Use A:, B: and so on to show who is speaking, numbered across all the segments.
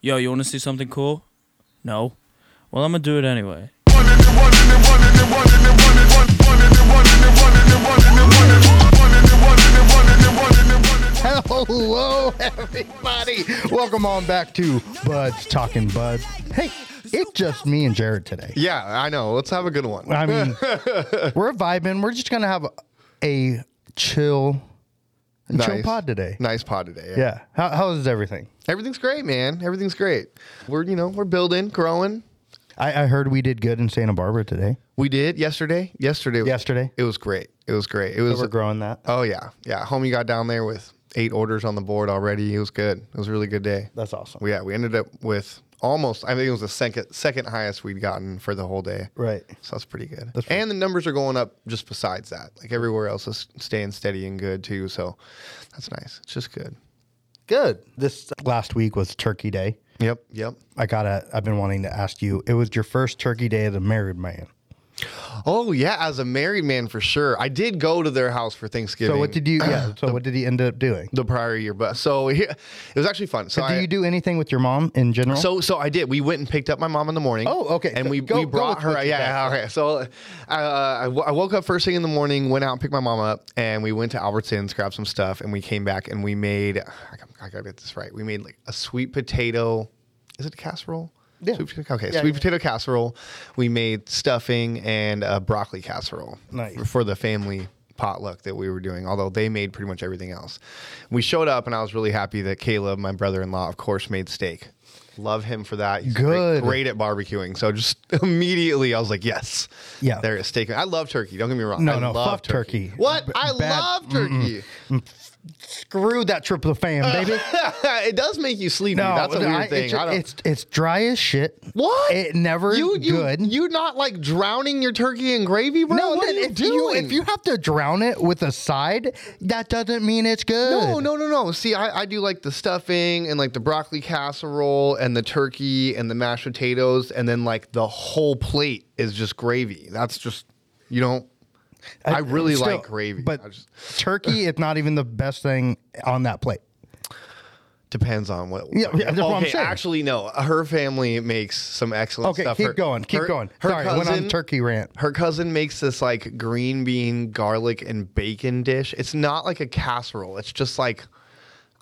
A: yo, you want to see something cool? No. Well, I'm gonna do it anyway.
B: Hello, everybody. Welcome on back to Bud's Talking Bud. Hey, it's just me and Jared today.
C: Yeah, I know. Let's have a good one.
B: I mean, we're vibing. We're just gonna have a, a chill, chill
C: Nice.
B: pod today.
C: Nice pod today. Yeah.
B: Yeah. How, how is everything?
C: Everything's great, man. Everything's great. We're, you know, we're building, growing.
B: I, I heard we did good in Santa Barbara today.
C: We did yesterday. Yesterday.
B: Yesterday?
C: It was great. It was great. It
B: So
C: was
B: we're growing that.
C: Oh yeah. Yeah. Homie got down there with eight orders on the board already. It was good. It was a really good day.
B: That's awesome.
C: yeah, we ended up with almost I think it was the second second highest we'd gotten for the whole day.
B: Right.
C: So that's pretty good.
B: pretty-
C: and the numbers are going up just besides that. Like everywhere else is staying steady and good too. So that's nice. It's just good.
B: Good. This last week was Turkey Day.
C: Yep. Yep.
B: I gotta. I've been wanting to ask you. It was your first Turkey Day as a married man.
C: Oh yeah, as a married man for sure. I did go to their house for Thanksgiving.
B: So what did you? Yeah. So what did you end up doing?
C: the prior year? But so here, it was actually fun. So
B: Do
C: I,
B: you do anything with your mom in general?
C: So so I did. We went and picked up my mom in the morning.
B: Oh, okay.
C: And
B: So
C: we,
B: go-
C: we
B: go
C: brought
B: with
C: her.
B: what you
C: Yeah,
B: got.
C: okay. So uh, I, w- I woke up first thing in the morning, went out and picked my mom up, and we went to Albertsons, grabbed some stuff, and we came back and we made. I gotta- I gotta get this right. We made like a sweet potato. Is it a casserole?
B: Yeah.
C: Sweet potato- okay,
B: Yeah,
C: sweet
B: yeah.
C: potato casserole. We made stuffing and a broccoli casserole
B: Nice.
C: for the family potluck that we were doing, although they made pretty much everything else. We showed up, and I was really happy that Caleb, my brother in law, of course, made steak. Love him for that. He's great-
B: Good.
C: Great, at barbecuing. So just immediately, I was like, yes.
B: Yeah.
C: There is steak. I love turkey. Don't get me wrong.
B: No,
C: I
B: no,
C: love
B: fuck turkey.
C: What? I
B: bad-
C: love turkey.
B: Screw that trip to the fam, baby.
C: it does make you sleepy. That's a
B: no,
C: weird
B: I-
C: thing.
B: It's,
C: I don't,
B: it's it's dry as shit.
C: what?
B: It never
C: you, you,
B: good.
C: You not like drowning your turkey in gravy, bro?
B: no,
C: what
B: then
C: are you
B: if you
C: doing?
B: if you have to drown it with a side, that doesn't mean it's good.
C: No, no, no, no. See, I, I do like the stuffing and like the broccoli casserole and the turkey and the mashed potatoes, and then like the whole plate is just gravy. That's just you don't. I, really
B: Still,
C: like gravy,
B: but
C: I just,
B: turkey is not even the best thing on that plate.
C: depends on what.
B: Yeah, yeah, that's
C: okay,
B: what I'm saying.
C: actually, no. Her family makes some excellent
B: Okay,
C: stuff.
B: keep
C: Her-
B: going, keep
C: her-
B: going.
C: Her
B: Sorry,
C: cousin,
B: went on turkey rant.
C: Her cousin makes this like green bean, garlic, and bacon dish. It's not like a casserole. It's just like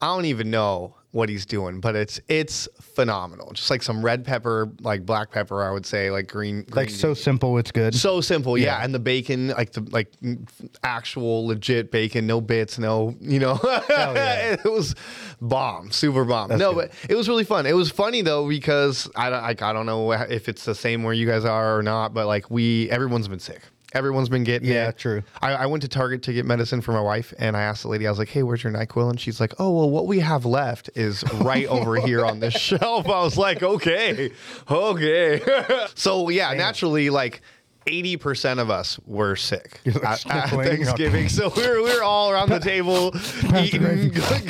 C: I don't even know what he's doing, but it's it's phenomenal. Just like some red pepper, like black pepper, I would say, like green, green
B: Like so simple, it's good.
C: Mm. so simple, yeah. And the bacon, like the like mm, actual legit bacon, no bits, no, you know,
B: yeah.
C: it was bomb, super bomb. no,
B: good.
C: but it was really fun. It was funny though because I don't, like, I don't know wha- if it's the same where you guys are or not, but like we, everyone's been sick. Everyone's been getting
B: Yeah,
C: it.
B: true.
C: I, I went to Target to get medicine for my wife, and I asked the lady, I was like, "Hey, where's your Nyquil?" And she's like, "Oh, well, what we have left is right over here on this shelf." I was like, "Okay, okay." so yeah, naturally, like. 80% of us were sick at, at
B: sniffling.
C: Thanksgiving. So we were, we were all around the table eating,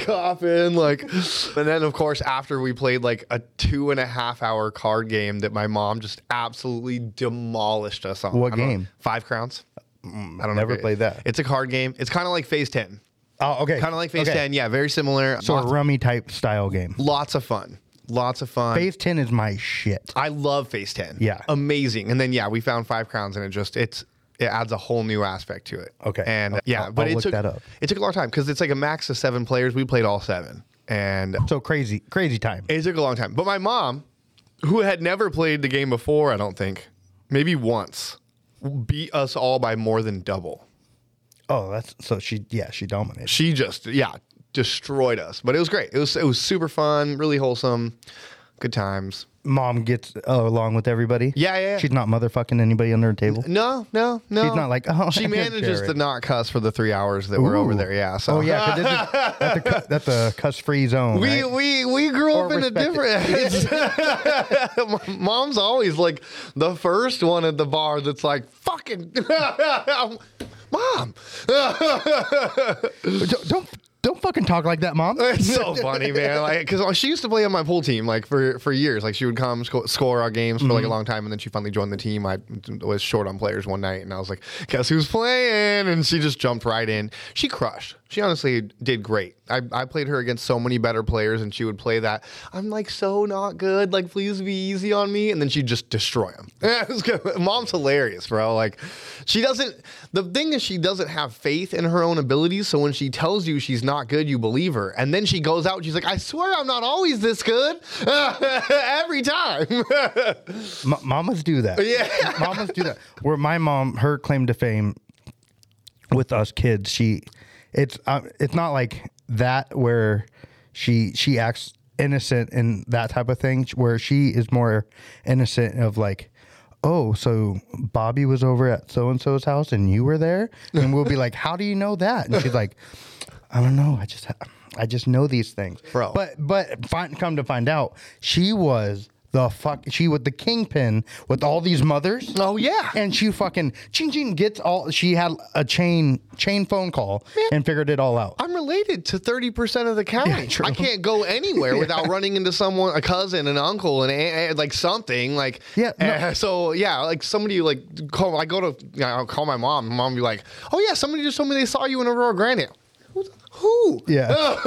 C: coughing. Like, and then, of course, after we played like a two and a half hour card game that my mom just absolutely demolished us on.
B: What
C: I don't know,
B: game?
C: Five crowns. I don't know
B: never
C: if it-
B: played that.
C: It's a card game. It's kind of like Phase Ten.
B: oh, okay,
C: Kind of like Phase
B: okay.
C: Ten. Yeah, very similar.
B: So a
C: lots,
B: rummy type style game.
C: lots of fun. Lots of fun.
B: Phase ten is my shit.
C: I love Phase Ten.
B: Yeah.
C: amazing. And then yeah, we found Five Crowns, and it just it's it adds a whole new aspect to it.
B: Okay.
C: And
B: I'll-
C: yeah,
B: I'll-
C: but
B: I'll
C: it
B: look
C: took
B: that up.
C: it took a long time because it's like a max of seven players. We played all seven, and
B: So crazy, crazy time.
C: it took a long time. But my mom, who had never played the game before, I don't think, maybe once, beat us all by more than double.
B: Oh, that's so she. Yeah, she dominated.
C: she just yeah destroyed us but it was great it was it was super fun really wholesome good times
B: Mom gets uh, along with everybody.
C: Yeah, yeah, yeah.
B: She's not motherfucking anybody under her table.
C: no no no
B: She's not like, oh,
C: she manages
B: Jared.
C: to not cuss for the three hours that we're over
B: Ooh.
C: there yeah so
B: Oh yeah, 'cause this is- that's a cu- that's a cuss free zone.
C: we,
B: right?
C: we we grew
B: Or
C: up in a
B: respect
C: different. Mom's always like the first one at the bar that's like fucking mom.
B: don't, don't don't fucking talk like that, mom.
C: It's so funny, man. Like, because she used to play on my pool team, like for for years. Like, she would come sco- score our games for like a long time, and then she finally joined the team. I was short on players one night, and I was like, "Guess who's playing?" And she just jumped right in. She crushed. She honestly did great. I, I played her against so many better players, and she would play that. I'm like so not good. Like, please be easy on me, and then she'd just destroy him. Mom's hilarious, bro. Like, she doesn't. The thing is, she doesn't have faith in her own abilities. So when she tells you she's not good, you believe her, and then she goes out. and She's like, I swear I'm not always this good every time.
B: M- mamas do that.
C: Yeah.
B: mamas do that. Where my mom, her claim to fame with us kids, she, it's uh, it's not like that where she she acts innocent and that type of thing. Where she is more innocent of like. Oh, so Bobby was over at so and so's house and you were there, and we'll be like, "How do you know that?" And she's like, "I don't know. I just, I just know these things,
C: Bro.
B: But but find, come to find out, she was the fuck. She was the kingpin with all these mothers.
C: Oh, yeah.
B: and she fucking ching ching gets all. She had a chain chain phone call and figured it all out.
C: I'm related to 30% of the county.
B: Yeah, true.
C: I can't go anywhere without running into someone, a cousin, an uncle, an aunt, eh, like something. Like,
B: Yeah, no.
C: eh, so yeah, like somebody like call, I go to, you know, I'll call my mom. My mom be like, oh yeah, somebody just told me they saw you in Aurora Granite. Who? who?
B: Yeah.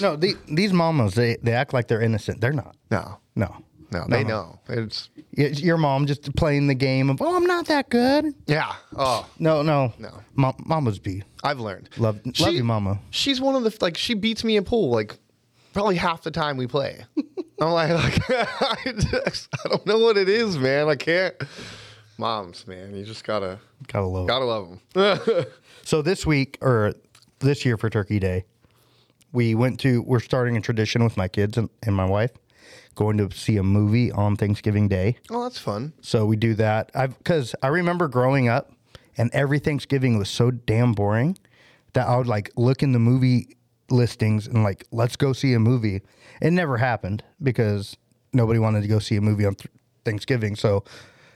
B: no, the, these mamas they they act like they're innocent. They're not.
C: No,
B: No.
C: no, they know. It's,
B: Y- Your mom just playing the game of oh I'm not that good.
C: yeah. Oh,
B: No, no,
C: No.
B: Mom, mamas be
C: I've learned.
B: love love
C: She-
B: you, mama.
C: she's one of the like she beats me in pool like probably half the time we play. I'm like, like I, just, I don't know what it is, man. I can't. Moms, man, you just gotta
B: Gotta love. it.
C: gotta love them.
B: So this week or this year for Turkey Day, we went to we're starting a tradition with my kids and, and my wife, going to see a movie on Thanksgiving Day.
C: oh, that's fun.
B: So we do that. I've because I remember growing up and every Thanksgiving was so damn boring that I would like look in the movie listings and like let's go see a movie. It never happened because nobody wanted to go see a movie on th- Thanksgiving. So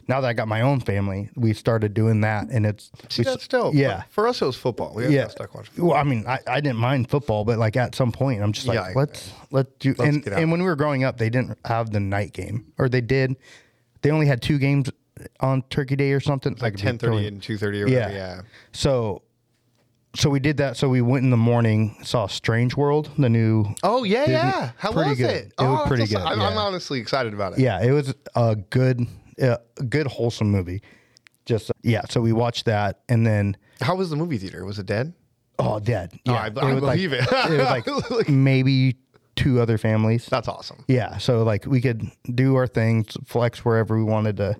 B: now that I got my own family, we started doing that, and it's
C: See,
B: we s-
C: that's dope.
B: Yeah,
C: For us, it was football. We
B: yeah.
C: yeah. stuck watching.
B: Well, I mean, I, I didn't mind football, but like at some point, I'm just like,
C: Yeah, I-
B: let's let's do.
C: Let's
B: and
C: get out.
B: and when we were growing up, they didn't have the night game, or they did. They only had two games on Turkey Day or something. I
C: Like
B: could be
C: 10:30
B: throwing-
C: and 2:30 or
B: yeah.
C: whatever. Yeah.
B: So, so we did that. So we went in the morning, saw Strange World, the new.
C: Oh yeah,
B: Disney-
C: yeah. How
B: pretty
C: was
B: good.
C: it?
B: It
C: oh,
B: was
C: that's
B: pretty
C: awesome.
B: good,
C: I'm, I'm
B: yeah.
C: honestly excited about it.
B: Yeah, it was a good, a good wholesome movie. Just yeah. So we watched that, and then
C: How was the movie theater? Was it dead?
B: oh, dad. Yeah,
C: I- I
B: was
C: believe it.
B: like, was like maybe two other families.
C: That's awesome.
B: Yeah, so like we could do our things, flex wherever we wanted to,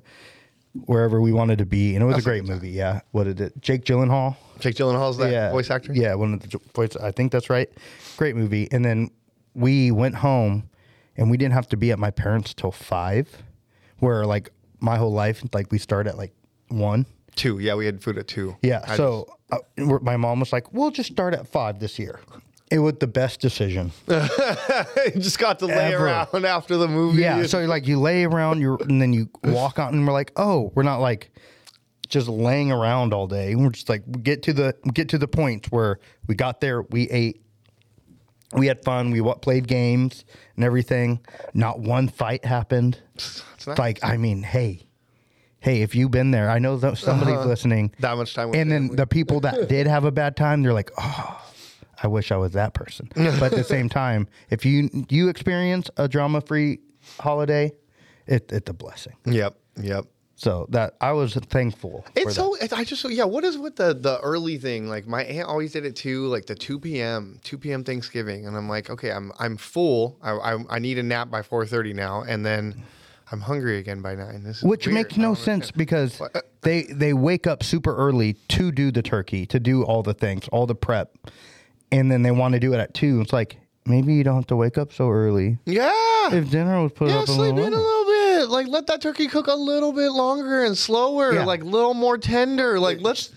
B: wherever we wanted to be, and it was a great movie. Yeah, what did it? Jake Gyllenhaal,
C: Jake Gyllenhaal's that
B: yeah,
C: voice actor.
B: Yeah, one of the jo- voice. I think that's right. Great movie. And then we went home, and we didn't have to be at my parents till five, where like my whole life, like we start at like one.
C: Two. Yeah, we had food at two.
B: Yeah.
C: I
B: so uh, we're- my mom was like, "We'll just start at five this year." It was the best decision.
C: just, just got to lay
B: Ever.
C: around after the movie.
B: Yeah.
C: and-
B: So like you lay around, you and then you walk out, and we're like, oh, we're not like just laying around all day. We're just like we get to the get to the point where we got there, we ate, we had fun, we wa- played games and everything. Not one fight happened.
C: nice.
B: Like I mean, hey, hey, if you've been there, I know that somebody's
C: Uh-huh.
B: listening.
C: that much time. with
B: And then the people that did have a bad time, they're like, oh, I wish I was that person. But at the same time, if you you experience a drama free holiday, it, it's a blessing.
C: Yep. Yep.
B: So that I was thankful. for
C: It's
B: that.
C: so. It, I just. Yeah. What is with the the early thing? Like my aunt always did it too. Like the two p.m. two p.m. Thanksgiving, and I'm like, okay, I'm I'm full. I I, I need a nap by four thirty now, and then I'm hungry again by nine. This is
B: which
C: weird.
B: makes
C: I
B: no
C: don't understand.
B: sense because
C: uh,
B: they they wake up super early to do the turkey, to do all the things, all the prep, and then they want to do it at two. It's like maybe you don't have to wake up so early.
C: Yeah.
B: If dinner was put
C: yeah,
B: up a
C: sleep
B: little,
C: in a
B: later.
C: little bit. Like, let that turkey cook a little bit longer and slower.
B: Yeah.
C: Like, a little more tender. Like, let's.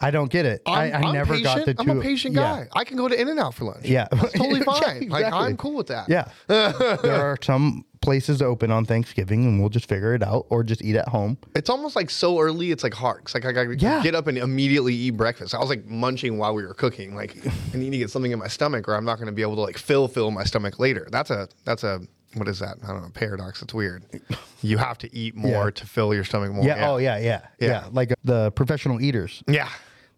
B: I don't get it. I,
C: I'm,
B: I
C: am
B: never
C: patient.
B: got the two.
C: I'm a patient
B: yeah.
C: guy. I can go to In and Out for lunch.
B: Yeah,
C: That's totally
B: Yeah,
C: fine. Like, I'm
B: exactly.
C: cool with that.
B: Yeah, there are some places open on Thanksgiving, and we'll just figure it out, or just eat at home.
C: It's almost like so early. It's like hard. 'cause, like I gotta
B: Yeah.
C: get up and immediately eat breakfast. I was like munching while we were cooking. Like I need to get something in my stomach, or I'm not gonna be able to like fill fill my stomach later. That's a that's a what is that? I don't know. Paradox. It's weird. You have to eat more
B: Yeah. Oh,
C: to fill your stomach more.
B: Yeah. Oh yeah. Yeah. Yeah.
C: Yeah.
B: Like uh, the professional eaters,
C: Yeah.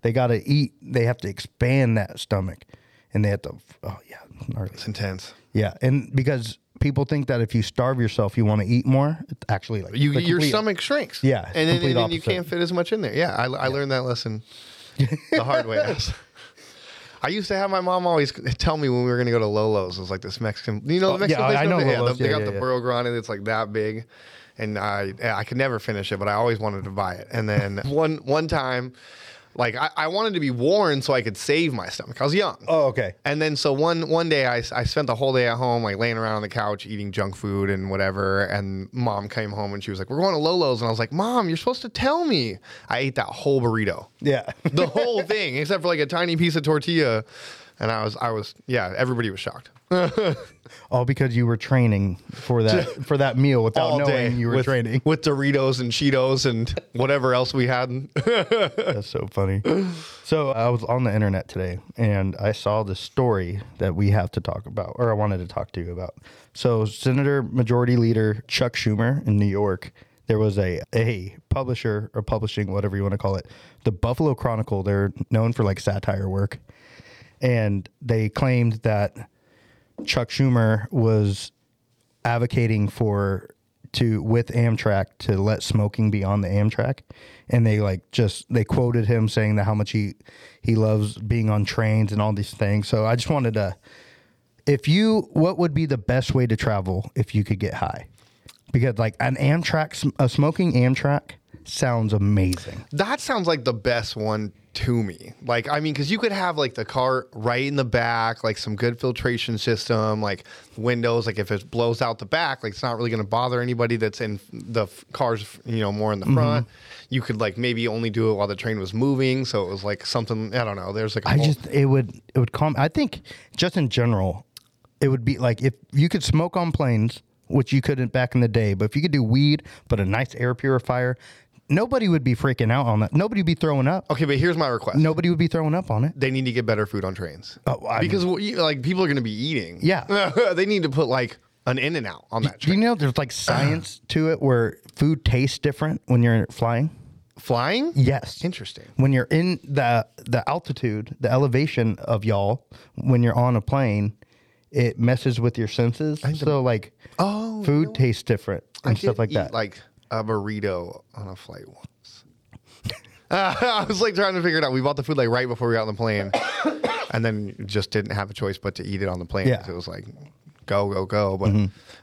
B: They got to eat. They have to expand that stomach, and they have to. Oh yeah, gnarly.
C: It's intense.
B: Yeah, and because people think that if you starve yourself, you want to eat more. It's actually like
C: You,
B: the
C: your
B: complete-
C: stomach shrinks.
B: Yeah,
C: and then,
B: complete
C: and then you
B: opposite.
C: can't fit as much in there. Yeah, I, I learned that lesson the hard way. I was- I used to have my mom always tell me when we were going to go to Lolo's. It was like this Mexican, you know, the
B: Oh,
C: Mexican
B: yeah,
C: place.
B: I
C: down
B: know
C: there? yeah,
B: Lolo's.
C: They
B: Yeah,
C: got
B: yeah,
C: the
B: yeah.
C: burro grande that's like that big, and I I could never finish it, but I always wanted to buy it. And then one one time, like I, I wanted to be warned so I could save my stomach. I was young.
B: Oh okay.
C: And then so one one day I, I spent the whole day at home like laying around on the couch eating junk food and whatever and mom came home and she was like we're going to Lolo's and I was like mom you're supposed to tell me I ate that whole burrito
B: Yeah.
C: the whole thing except for like a tiny piece of tortilla and I was I was yeah everybody was shocked
B: All because you were training for that for that meal without
C: all day
B: knowing you were
C: with,
B: training.
C: with Doritos and Cheetos and whatever else we had
B: That's so funny. So I was on the internet today and I saw this story that we have to talk about, or I wanted to talk to you about. So Senator Majority Leader Chuck Schumer in New York, there was a a publisher or publishing, whatever you want to call it, the Buffalo Chronicle. They're known for like satire work, and they claimed that Chuck Schumer was advocating for to with Amtrak to let smoking be on the Amtrak, and they like just they quoted him saying that how much he he loves being on trains and all these things. So I just wanted to, if you, what would be the best way to travel if you could get high? Because like an Amtrak, sm- a smoking Amtrak sounds amazing.
C: That sounds like the best one to me. Like, I mean, because you could have like the cart right in the back, like some good filtration system, like windows. Like if it blows out the back, like it's not really going to bother anybody that's in the f- cars, you know, more in the front.
B: Mm-hmm.
C: You could like maybe only do it while the train was moving, so it was like something. I don't know. There's like a
B: I
C: whole-
B: just it would it would calm. I think just in general, it would be like if you could smoke on planes, which you couldn't back in the day, but if you could do weed, but a nice air purifier, nobody would be freaking out on that. Nobody would be throwing up.
C: okay. But here's my request.
B: Nobody would be throwing up on it.
C: They need to get better food on trains
B: Oh, I
C: because well, you- like people are going to be eating.
B: Yeah.
C: they need to put like an in and out on that
B: Do
C: train.
B: you know there's like science to it where food tastes different when you're flying?
C: Flying?
B: Yes.
C: Interesting.
B: When you're in the the altitude, the elevation of y'all, when you're on a plane, it messes with your senses. So like,
C: Oh,
B: food tastes different and
C: I
B: stuff
C: did
B: like
C: eat,
B: that.
C: Like a burrito on a flight once. Uh, I was like trying to figure it out. We bought the food like right before we got on the plane, and then just didn't have a choice but to eat it on the plane.
B: Yeah. Mm-hmm.
C: 'cause It was like go go go. But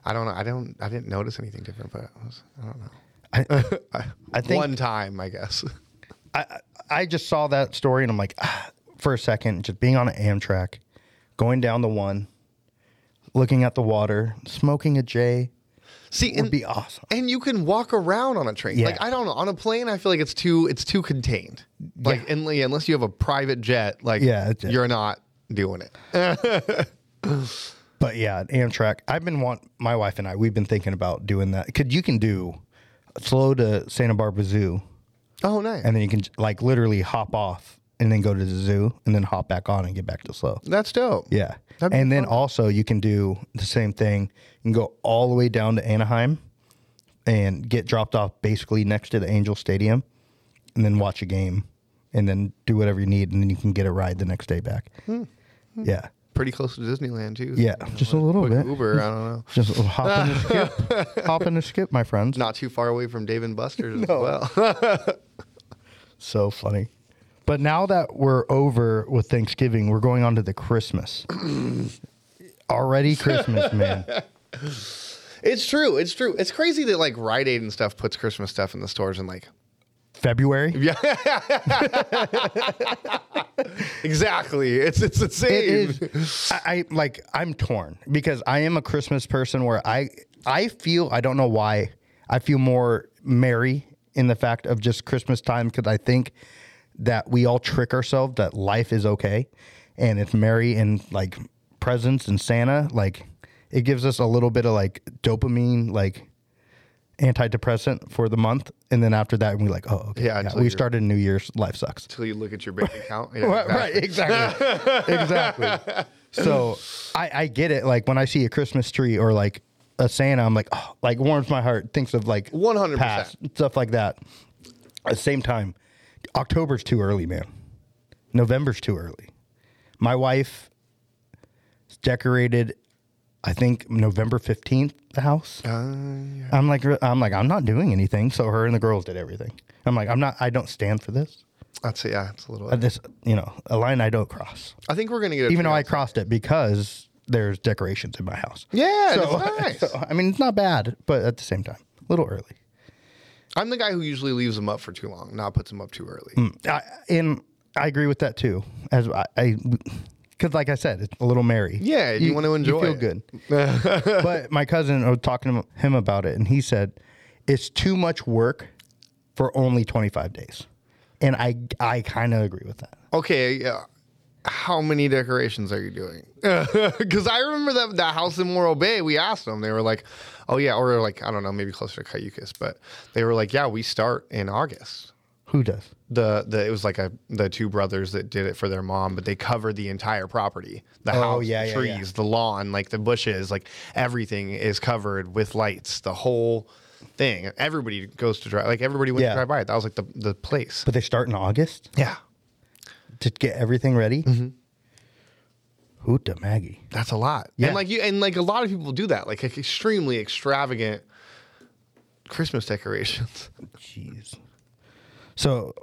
C: I don't know. I don't. I didn't notice anything different. But I, was, I don't know. I,
B: I think-
C: one time, I guess.
B: I I just saw that story and I'm like, ah, for a second, just being on an Amtrak, going down the one, looking at the water, smoking a J
C: See,
B: would
C: and,
B: be awesome.
C: and you can walk around on a train.
B: Yeah.
C: Like I don't know. On a plane, I feel like it's too it's too contained. Like and- yeah, unless you have a private jet, like
B: Yeah, it's-
C: you're not doing it.
B: But yeah, an Amtrak. I've been want my wife and I. We've been thinking about doing that. Could you can do slow to Santa Barbara Zoo,
C: Oh, nice.
B: and then you can like literally hop off and then go to the zoo and then hop back on and get back to slow.
C: That's dope.
B: Yeah.
C: That'd be
B: and then also you can do the same thing. You can go all the way down to Anaheim and get dropped off basically next to the Angel Stadium and then watch a game and then do whatever you need and then you can get a ride the next day back.
C: Hmm.
B: Yeah.
C: pretty close to Disneyland too.
B: Yeah. Just a little bit.
C: Uber, I don't know.
B: Just hop in and skip. hop in and skip, my friends.
C: Not too far away from Dave and Buster's as well.
B: So funny. But now that we're over with Thanksgiving, we're going on to the Christmas. Already Christmas, man.
C: it's true. It's true. It's crazy that like Rite Aid and stuff puts Christmas stuff in the stores and like
B: February.
C: exactly. It's it's the same.
B: it is I, I like i'm torn because i am a christmas person where i i feel i don't know why i feel more merry in the fact of just christmas time because i think that we all trick ourselves that life is okay and it's merry and like presents and santa like it gives us a little bit of like dopamine like antidepressant for the month and then after that we're like oh okay
C: Yeah, until
B: we
C: you're-
B: started new year's life sucks
C: Until you look at your bank account. Yeah,
B: Right,
C: exactly.
B: right, exactly. exactly. So I, I get it. Like when I see a Christmas tree or like a Santa, I'm like, oh, like warms my heart. Thinks of like
C: 100%.
B: past, stuff like that. At the same time, October's too early, man. November's too early. My wife decorated, I think November fifteenth, the house. I'm like, re- I'm like, I'm not doing anything. So her and the girls did everything. I'm like, I'm not. I don't stand for this.
C: That's yeah, it's a little.
B: Uh, This, you know, a line I don't cross.
C: I think we're gonna get a
B: Even though I
C: fiance.
B: crossed it because there's decorations in my house.
C: Yeah, that's nice.
B: so, I mean, it's not bad, but at the same time, a little early.
C: I'm the guy who usually leaves them up for too long, not puts them up too early.
B: I, and I agree with that too. As I, because like I said, it's a little merry.
C: Yeah, you wanna enjoy
B: You feel
C: it.
B: good. but my cousin I was talking to him about it, and he said it's too much work for only twenty five days, and I I kind of agree with that.
C: Okay, yeah. How many decorations are you doing? Because I remember that that house in Morro Bay. We asked them. They were like, "Oh yeah," or like I don't know, maybe closer to Cayucas, but they were like, "Yeah, we start in August."
B: Who does?
C: The the it was like a the two brothers that did it for their mom, but they covered the entire property, the house,
B: Oh, yeah,
C: the
B: yeah,
C: trees,
B: yeah.
C: the lawn, like the bushes, like everything is covered with lights. The whole thing. Everybody goes to drive. Like everybody went
B: Yeah.
C: to drive by it. That was like the the place.
B: But they start in August
C: Yeah,
B: to get everything ready.
C: Mm-hmm.
B: Hoota Maggie.
C: That's a lot.
B: Yeah.
C: And like you and like a lot of people do that, like extremely extravagant Christmas decorations.
B: Jeez. So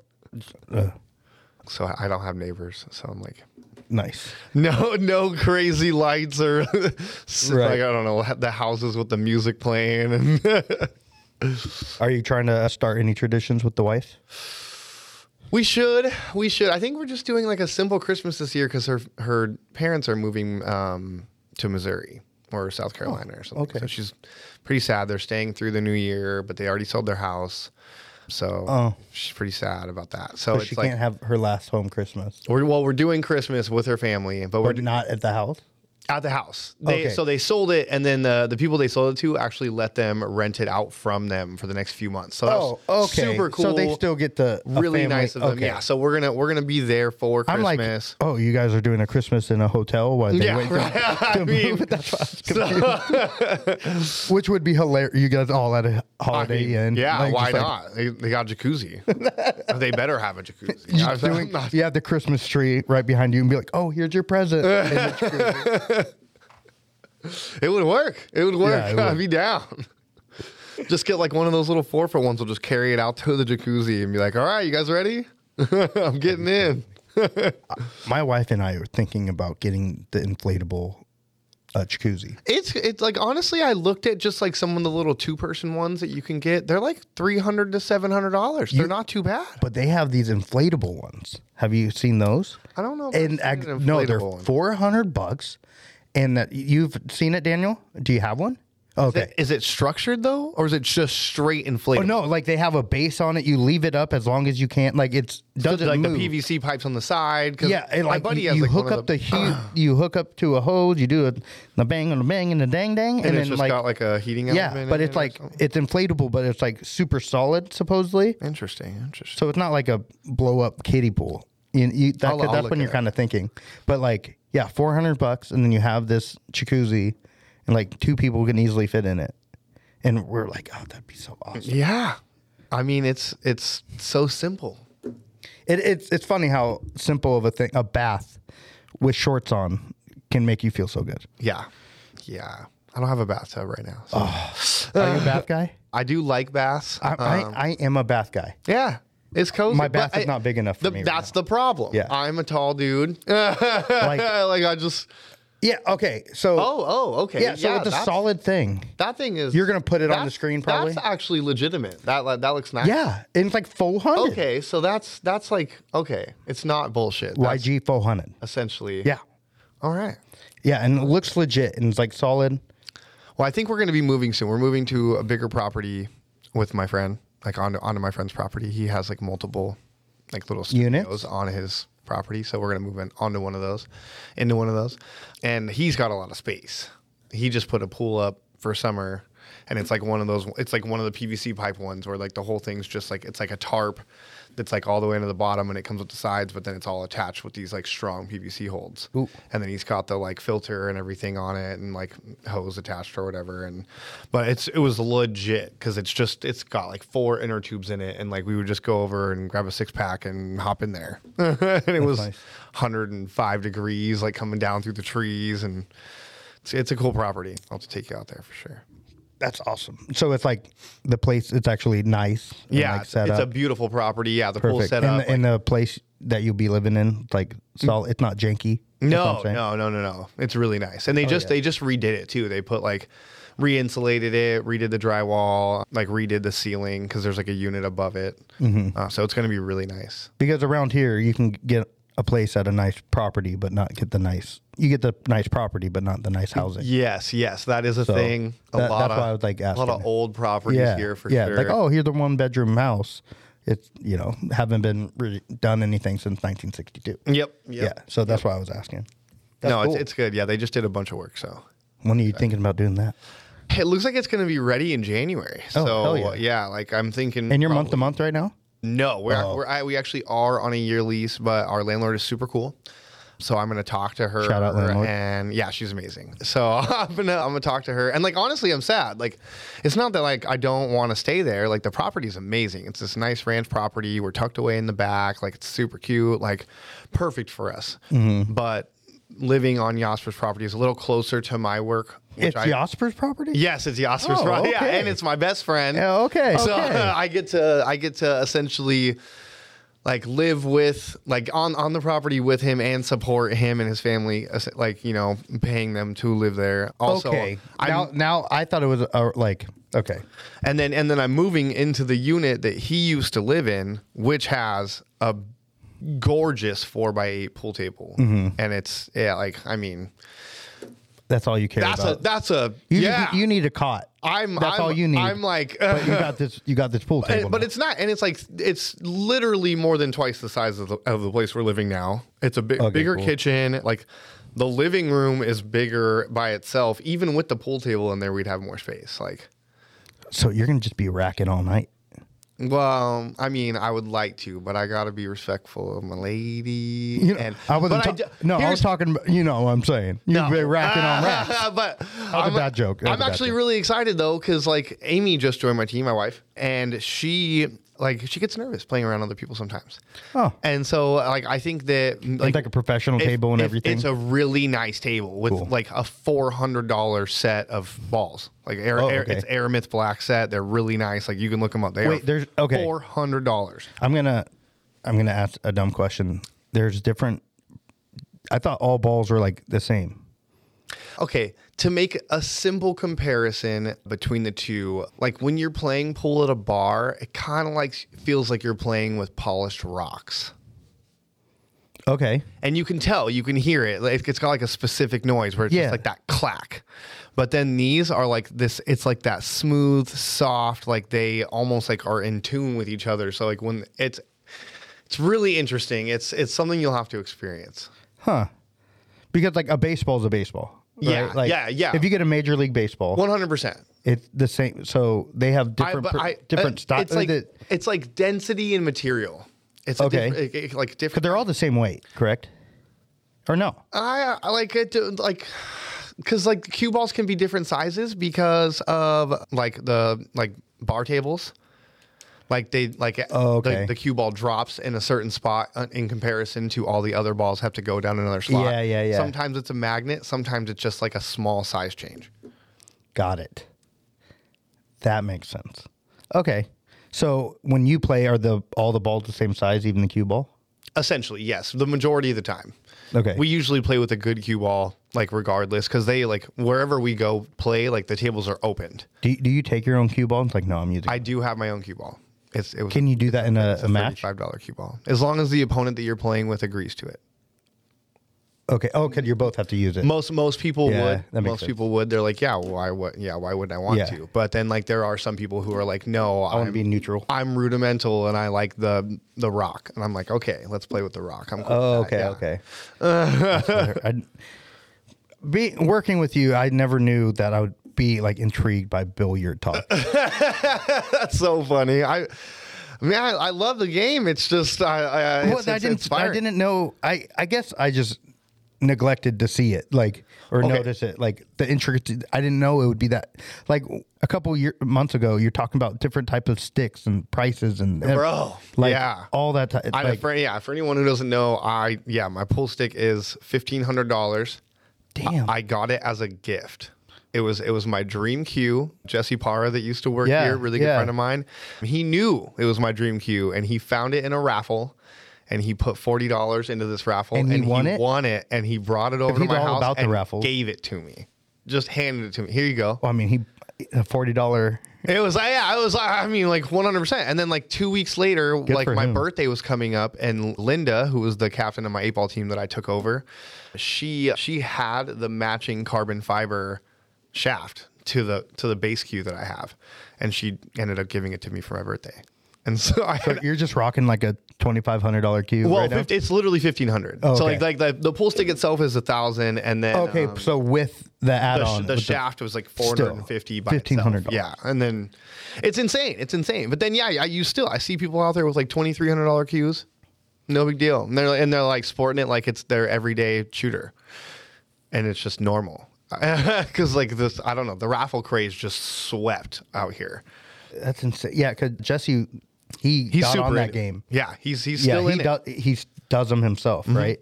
C: So I don't have neighbors, so I'm like
B: nice.
C: no no crazy lights or s-
B: Right.
C: like I don't know the houses with the music playing and
B: Are you trying to uh, start any traditions with the wife?
C: we should we should I think we're just doing like a simple Christmas this year cuz her her parents are moving um to Missouri or South Carolina or something.
B: Oh, okay.
C: So she's pretty sad they're staying through the new year, but they already sold their house. So
B: Oh.
C: she's pretty sad about that. So
B: But
C: it's
B: she
C: like
B: can't have her last home Christmas.
C: We're, well, we're doing Christmas with her family, but we're
B: But not at the house.
C: at the house. They,
B: Okay.
C: So they sold it, and then the, the people they sold it to actually let them rent it out from them for the next few months. So
B: Oh,
C: that's
B: okay.
C: super cool.
B: So they still get the a
C: really
B: family-
C: nice of them.
B: okay.
C: Yeah. So we're gonna we're gonna be there for
B: I'm like,
C: Christmas.
B: oh, you guys are doing a Christmas in a hotel while they
C: yeah,
B: wait,
C: right. I mean,
B: which would be hilarious. You guys all at a
C: I
B: Holiday
C: mean,
B: Inn.
C: yeah.
B: like,
C: why
B: just like,
C: not? they, they got a jacuzzi. they better have a jacuzzi.
B: you
C: I'm
B: doing-
C: not-
B: you have the Christmas tree right behind you and be like, oh, here's your present. And it's Christmas.
C: It would work. It would work.
B: Yeah, it
C: I'd
B: would.
C: be down. just get like one of those little four foot ones. We'll just carry it out to the jacuzzi and be like, "All right, you guys ready? I'm getting in."
B: My wife and I are thinking about getting the inflatable uh, jacuzzi.
C: It's it's like honestly, I looked at just like some of the little two person ones that you can get. They're like three hundred to seven hundred dollars. They're not too bad.
B: But they have these inflatable ones. Have you seen those?
C: I don't know. if
B: and
C: I've
B: act-
C: seen an
B: no, they're
C: inflatable one.
B: four hundred bucks, and that you've seen it, Daniel. Do you have one? Okay.
C: Is it structured though, or is it just straight inflatable?
B: Oh no, like they have a base on it. You leave it up as long as you can't. Like it's doesn't
C: like
B: move.
C: the PVC pipes on the side. 'cause
B: Yeah, and
C: my
B: like
C: buddy
B: you,
C: has
B: you
C: like
B: hook
C: one of
B: up the, hu- you hook up to a hose. You do a the bang and the bang and the dang dang, and,
C: and,
B: then
C: it's just
B: like
C: got like a heating element.
B: yeah,
C: in
B: but
C: it
B: it's
C: or
B: like
C: something.
B: it's inflatable, but it's like super solid supposedly.
C: interesting, interesting.
B: So it's not like a blow up kiddie pool. You, you, that,
C: I'll-
B: could-
C: I'll
B: that's
C: look
B: when
C: it
B: you're
C: up.
B: kind of thinking. But like, yeah, 400 bucks, and then you have this jacuzzi, and like two people can easily fit in it. And we're like, oh, that'd be so awesome.
C: Yeah. I mean, it's it's so simple.
B: It, it's, it's funny how simple of a thing, a bath with shorts on can make you feel so good.
C: Yeah. Yeah. I don't have a bathtub right now. so-
B: Are you a bath guy?
C: I do like baths.
B: Uh, I,
C: Um,
B: I, I am a bath guy.
C: yeah. It's cozy.
B: My
C: but
B: bath
C: I-
B: is not big enough for
C: the-
B: me right
C: that's the problem.
B: Yeah.
C: I'm a tall dude. like, I just.
B: Yeah, okay. So,
C: Oh, oh, okay.
B: yeah, so it's a
C: that's-
B: solid thing.
C: That thing is.
B: You're gonna put it on the
C: that's-
B: screen, probably?
C: That's actually legitimate. That li- that looks nice.
B: Yeah, and it's like 400.
C: Okay, so that's that's like okay. It's not bullshit. That's
B: YG 400.
C: essentially.
B: Yeah.
C: All right.
B: Yeah, and it looks legit and it's like solid.
C: Well, I think we're going to be moving soon. We're moving to a bigger property with my friend, like onto, onto my friend's property. He has like multiple, like little studios
B: Units?
C: on his property, so we're going to move in, onto one of those, into one of those, and he's got a lot of space. He just put a pool up for summer, and it's like one of those. It's like one of the PVC pipe ones where like the whole thing's just like it's like a tarp that's like all the way into the bottom and it comes with the sides, but then it's all attached with these like strong PVC holds. And then he's got the like filter and everything on it and like hose attached or whatever. And but it's it was legit because it's just it's got like four inner tubes in it and like we would just go over and grab a six pack and hop in there. and it was
B: nice.
C: 105 degrees like coming down through the trees and it's, it's a cool property. I'll have to take you out there for sure.
B: That's awesome. So it's like the place. It's actually nice. and,
C: Yeah,
B: like,
C: it's, it's a beautiful property. Yeah, the pool
B: perfect.
C: set
B: and,
C: up.
B: the, and the place that you'll be living in, like, solid. It's not janky. That's
C: no,
B: what I'm saying. Oh,
C: no, no, no, no. It's really nice. And they just they just redid it too. They put like re-insulated it, redid the drywall, like redid the ceiling because there's like a unit above it.
B: Mm-hmm.
C: Uh, so it's gonna be really nice.
B: because around here you can get a place at a nice property, but not get the nice. You get the nice property, but not the nice housing.
C: Yes, yes, that is a thing. A
B: that-
C: lot
B: that's
C: of
B: why I was, like,
C: a lot of
B: asking.
C: old properties
B: yeah,
C: here for
B: yeah.
C: sure.
B: Like, oh, here's a one bedroom house. It's you know haven't been really done anything since 1962.
C: yep, Mm, yep.
B: Yeah, so that's why I was asking. That's
C: no,
B: cool.
C: it's, it's good. Yeah, they just did a bunch of work. So
B: when are you thinking about doing that?
C: Hey, it looks like it's gonna be ready in January.
B: Oh,
C: so
B: hell yeah.
C: like I'm thinking.
B: And you're
C: probably-
B: month to month right now.
C: No, we're,
B: Oh.
C: we're I, we actually are on a year lease, but our landlord is super cool. So I'm gonna talk to her.
B: Shout out landlord.
C: And yeah, she's amazing. So I'm gonna I'm gonna talk to her. And like honestly, I'm sad. Like it's not that like I don't want to stay there. Like the property is amazing. It's this nice ranch property. We're tucked away in the back. Like it's super cute. Like perfect for us.
B: Mm-hmm.
C: But living on Jasper's property is a little closer to my work. which
B: It's
C: I-
B: Jasper's property.
C: Yes, it's Jasper's
B: Oh,
C: property. Yeah,
B: okay.
C: and it's my best friend.
B: Yeah, okay.
C: So
B: Okay.
C: I get to I get to essentially like live with like on on the property with him and support him and his family as- like you know paying them to live there also
B: okay.
C: I'm,
B: now, now I thought it was uh, like okay.
C: and then and then I'm moving into the unit that he used to live in which has a gorgeous 4 by 8 pool table
B: Mm-hmm.
C: and it's yeah like I mean
B: That's all you care
C: that's
B: about.
C: a that's a
B: you,
C: yeah
B: just, you need a cot.
C: I'm
B: That's
C: I'm,
B: all you need.
C: I'm like
B: but you got this. You got this pool
C: And-
B: table.
C: Eh, but
B: now.
C: it's not, and it's like it's literally more than twice the size of the, of the place we're living now. It's a big,
B: Okay,
C: bigger
B: cool.
C: kitchen. Like the living room is bigger by itself. Even with the pool table in there, we'd have more space. Like,
B: so you're gonna just be racking all night.
C: well, I mean, I would like to, but I gotta be respectful of my lady.
B: You know,
C: and
B: I wasn't.
C: but
B: ta-
C: d-
B: no, I was
C: here's-
B: talking. about- You know what I'm saying? You've been racking on racks.
C: but
B: was a
C: I'm,
B: bad joke. That was
C: I'm
B: a bad
C: actually
B: joke.
C: really excited though, because like Amy just joined my team, my wife, and she like she gets nervous playing around other people sometimes.
B: Oh.
C: and so like I think that like,
B: Like, a professional
C: if-
B: table and
C: if
B: everything.
C: It's a really nice table with
B: Cool.
C: like a four hundred dollar set of balls. Like Air,
B: Oh,
C: Air-
B: okay.
C: it's Aramith Black set. They're really nice. Like you can look them up. They
B: Wait, there's- okay.
C: four hundred dollars.
B: I'm gonna. I'm gonna ask a dumb question. There's different. I thought all balls were like the same.
C: Okay, to make a simple comparison between the two, like when you're playing pool at a bar, it kind of like feels like you're playing with polished rocks.
B: Okay.
C: And you can tell, you can hear it. Like, It's got like a specific noise where it's
B: Yeah.
C: just like that clack. But then these are like this, it's like that smooth, soft, like they almost like are in tune with each other. So like when it's it's really interesting. It's it's something you'll have to experience.
B: Huh. Because like a baseball is a baseball. right?
C: Yeah,
B: Like,
C: yeah, yeah.
B: If you get a major league baseball,
C: 100%.
B: it's the same. So they have
C: I-
B: different
C: but
B: per-
C: I-
B: different
C: uh,
B: styles.
C: It's like it's like density and material. It's a
B: Okay.
C: diff- it- it- like
B: But
C: different.
B: they're all the same weight, correct? Or no?
C: I, I like it to- like because like cue balls can be different sizes because of like the like bar tables. Like they like
B: Oh, okay.
C: the, the cue ball drops in a certain spot uh, in comparison to all the other balls have to go down another slot.
B: Yeah, yeah, yeah.
C: Sometimes it's a magnet. Sometimes it's just like a small size change.
B: Got it. That makes sense. Okay. So when you play, are the all the balls the same size, even the cue ball?
C: Essentially, yes, the majority of the time.
B: Okay.
C: We usually play with a good cue ball, like regardless, because they like wherever we go play, like the tables are opened.
B: do, do you take your own cue ball? It's like no, I'm using.
C: I do have my own cue ball. It's it was
B: Can you do that in a, a match?
C: five dollar cue ball as long as the opponent that you're playing with agrees to it.
B: Okay. Oh, because you both have to use it.
C: Most most people
B: Yeah,
C: would.
B: that makes
C: most
B: sense.
C: people would. They're like, yeah, why would yeah why wouldn't I want
B: Yeah.
C: to? But then like there are some people who are like, no,
B: I want to
C: I'm,
B: be neutral.
C: I'm rudimental and I like the the rock, and I'm like, okay, let's play with the rock. I'm cool
B: Oh,
C: with that,
B: okay,
C: yeah.
B: okay. That's better. I'd- be working with you, I never knew that I would be like intrigued by billiard talk.
C: That's so funny. I I mean, I, I love the game. It's just I, I,
B: Well,
C: it's,
B: I
C: it's
B: didn't.
C: inspiring.
B: I didn't know. I I guess I just neglected to see it, like or
C: Okay.
B: notice it, like the intricate. I didn't know it would be that. Like a couple year, months ago, you're talking about different type of sticks and prices and
C: Bro,
B: like
C: yeah.
B: all that. Ty-
C: I,
B: like,
C: for, yeah, for anyone who doesn't know, I yeah, my pool stick is fifteen hundred dollars.
B: Damn.
C: I got it as a gift. It was it was my dream cue. Jesse Parra that used to work
B: Yeah,
C: here, really good
B: yeah.
C: friend of mine. He knew it was my dream cue, and he found it in a raffle. And he put forty dollars into this raffle,
B: And he won it?
C: won it, and he brought it over to
B: he's
C: my
B: all
C: house
B: about the
C: and
B: raffle.
C: gave it to me, just handed it to me. Here you go.
B: well, I mean, he a forty dollar.
C: It was like, yeah, I was like, I mean, like 100%. And then, like, two weeks later, like,
B: for
C: my
B: him.
C: birthday was coming up, and Linda, who was the captain of my eight ball team that I took over, she she had the matching carbon fiber shaft to the to the base cue that I have. And she ended up giving it to me for my birthday. And so I had,
B: You're just rocking like a twenty five hundred dollar cube.
C: well,
B: right now?
C: 50, it's literally 1500
B: Oh,
C: So,
B: okay.
C: like, like the, the pool stick itself is a thousand, and then
B: okay.
C: um,
B: so with the add
C: the,
B: on,
C: sh- the shaft was like 450 by
B: Still,
C: $1500
B: $1,500.
C: yeah and then it's insane it's insane but then yeah I, you still i see people out there with like $2300 cues no big deal and they're, and they're like sporting it like it's their everyday shooter and it's just normal because like this i don't know the raffle craze just swept out here
B: that's insane. Yeah, because Jesse, he
C: he's
B: got
C: super
B: on
C: in
B: that
C: it.
B: game.
C: yeah he's he's
B: yeah,
C: still
B: he
C: in Mm-hmm.
B: does. He does them himself, right?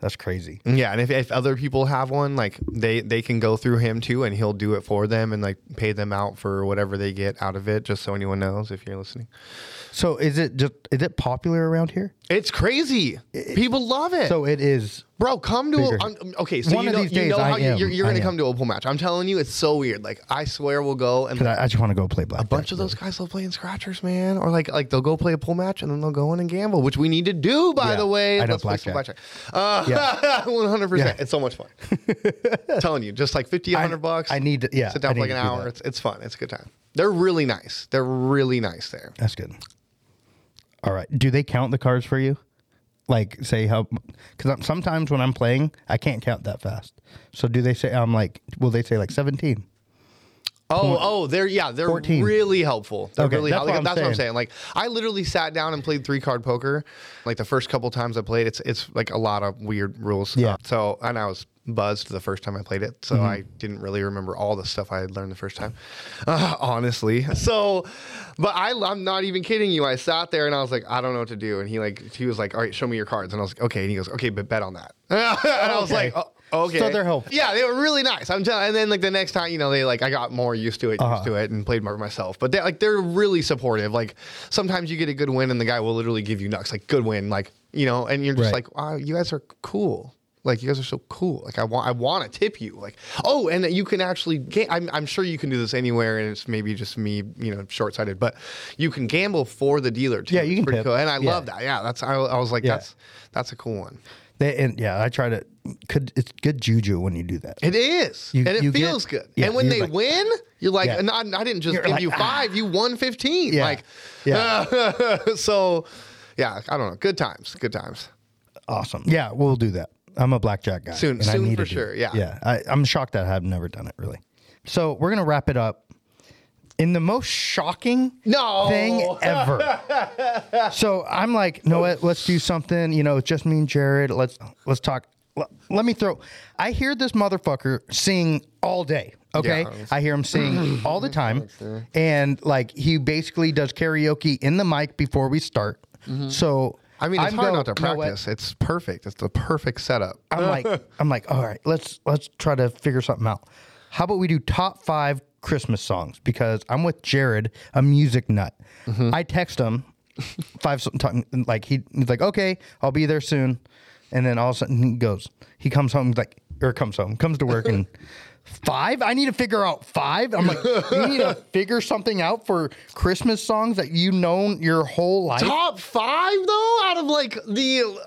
B: That's crazy.
C: it yeah and if, if other people have one like they they can go through him too and he'll do it for them and like pay them out for whatever they get out of it just so anyone knows if you're listening
B: So is it just is it popular around here?
C: It's crazy. People love it.
B: So it is.
C: Bro, come to a,
B: Bigger.
C: I'm- okay. So
B: One
C: you
B: of
C: know,
B: these
C: you
B: days
C: know
B: I
C: how you,
B: am.
C: you're, you're
B: I
C: going to
B: am.
C: come to a pool match. I'm telling you, it's so weird. Like I swear, we'll go and
B: 'cause
C: a
B: I, I just want to go play black. A
C: bunch of those guys love playing scratchers, man. Or like like they'll go play a pool match and then they'll go in and gamble, which we need to do. By
B: Yeah,
C: the way,
B: I know
C: let's play some
B: blackjack.
C: blackjack. Uh,
B: Yeah.
C: 100. percent
B: Yeah.
C: It's so much fun. telling you, just like 50, 100 bucks.
B: I need to. Yeah,
C: sit down
B: I
C: for
B: need
C: like an
B: to do
C: hour.
B: that.
C: It's it's fun. It's a good time. They're really nice. They're really nice there.
B: That's good. All right. Do they count the cards for you? Like say how? Because sometimes when I'm playing, I can't count that fast. So do they say I'm like? Will they say like 17?
C: Oh, oh, they're yeah, they're
B: 14.
C: really helpful. They're
B: Okay,
C: really
B: that's
C: helpful.
B: what I'm
C: that's what I'm
B: saying.
C: saying. Like I literally sat down and played three card poker. Like the first couple times I played, it's it's like a lot of weird rules.
B: Yeah. Mm-hmm.
C: So and I was buzzed the first time I played it, so I didn't really remember all the stuff I had learned the first time, uh, honestly. So, but I I'm not even kidding you. I sat there and I was like, I don't know what to do. And he like he was like, all right, show me your cards. And I was like, okay. And he goes, okay, but bet on that. and I was
B: Okay.
C: like, oh, okay.
B: So they're helpful.
C: Yeah, they were really nice. I'm telling. And then like the next time, you know, they like I got more used to it,
B: Uh-huh.
C: used to it, and played more myself. But they like they're really supportive. Like sometimes you get a good win, and the guy will literally give you nucks, like good win, like you know, and you're just
B: Right.
C: like, wow, you guys are cool. Like you guys are so cool. Like I want, I want to tip you. Like oh, and you can actually. Ga- I'm, I'm sure you can do this anywhere, and it's maybe just me, you know, short sighted. But you can gamble for the dealer too.
B: Yeah, you
C: It's
B: can
C: pretty
B: tip.
C: Cool. And I
B: Yeah.
C: love that. Yeah, that's. I, I was like,
B: Yeah.
C: that's that's a cool one.
B: They and yeah, I try to. Could it's good juju when you do that?
C: It is,
B: You-
C: and it
B: you get-
C: feels good.
B: yeah,
C: and when
B: you're
C: they
B: like-
C: win, you're like,
B: Yeah.
C: and I, I didn't just
B: You're
C: give
B: like, "Ah."
C: you five, you won fifteen.
B: Yeah.
C: Like, so, yeah, I don't know. Good times, good times.
B: Awesome. Yeah, we'll do that. I'm a blackjack guy.
C: Soon-
B: I
C: soon
B: need
C: for
B: to do
C: sure,
B: it.
C: yeah.
B: Yeah. I, I'm shocked that I've never done it really. So we're gonna wrap it up in the most shocking
C: No.
B: thing ever. so I'm like, no, what? Let's do something. You know, it's just me and Jared. Let's let's talk. Let- Let me throw. I hear this motherfucker sing all day. Okay,
C: Yeah.
B: I hear him sing all the time, and like he basically does karaoke in the mic before we start. So
C: Mm-hmm. I mean, it's
B: I'm
C: hard
B: go,
C: not to
B: "You know what?
C: practice. It's perfect. It's the perfect setup.
B: I'm like, I'm like, all right, let's let's try to figure something out. How about we do top five Christmas songs? Because I'm with Jared, a music nut. I text him five something like he, he's like, okay, I'll be there soon. And then all of a sudden he goes, he comes home like, or comes home, comes to work and five. I need to figure out five. I'm like, you need to figure something out for Christmas songs that you know your whole life.
C: Top five though, out of like the,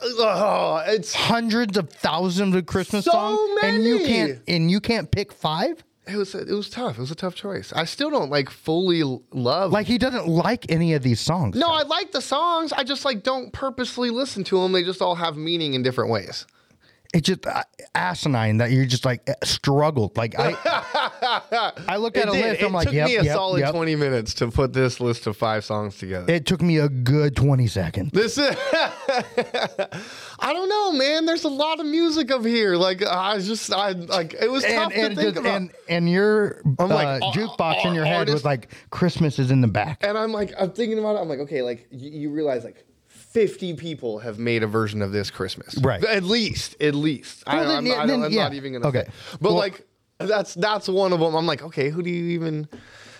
C: oh, it's
B: hundreds of thousands of Christmas
C: So
B: songs, and you
C: many.
B: can't and you can't pick five.
C: it was it was tough. It was a tough choice. I still don't like fully l- love
B: Like he doesn't like any of these songs.
C: No, I like the songs. I just like don't purposely listen to them. They just all have meaning in different ways.
B: it's just uh, asinine that you're just like uh, struggled. Like I, I looked
C: It
B: at a
C: did.
B: list.
C: It
B: I'm like,
C: took
B: yep,
C: me a
B: yep,
C: solid
B: yep.
C: 20 minutes to put this list of five songs together.
B: It took me a good 20 seconds.
C: This is. I don't know, man. There's a lot of music up here. Like I just, I like it was tough
B: And,
C: to
B: and,
C: think
B: just-
C: about.
B: and, and your uh,
C: like, uh,
B: jukebox in your
C: uh,
B: head
C: artist-
B: was like, Christmas is in the back.
C: and I'm like, I'm thinking about it. I'm like, okay, like you, you realize like 50 people have made a version of this Christmas,
B: Right.
C: At least, at least. I,
B: Well, then,
C: I'm,
B: yeah,
C: I don't-
B: then,
C: I'm
B: yeah.
C: not even gonna.
B: Okay.
C: say. but
B: Well-
C: like that's that's one of them. I'm like, okay, who do you even?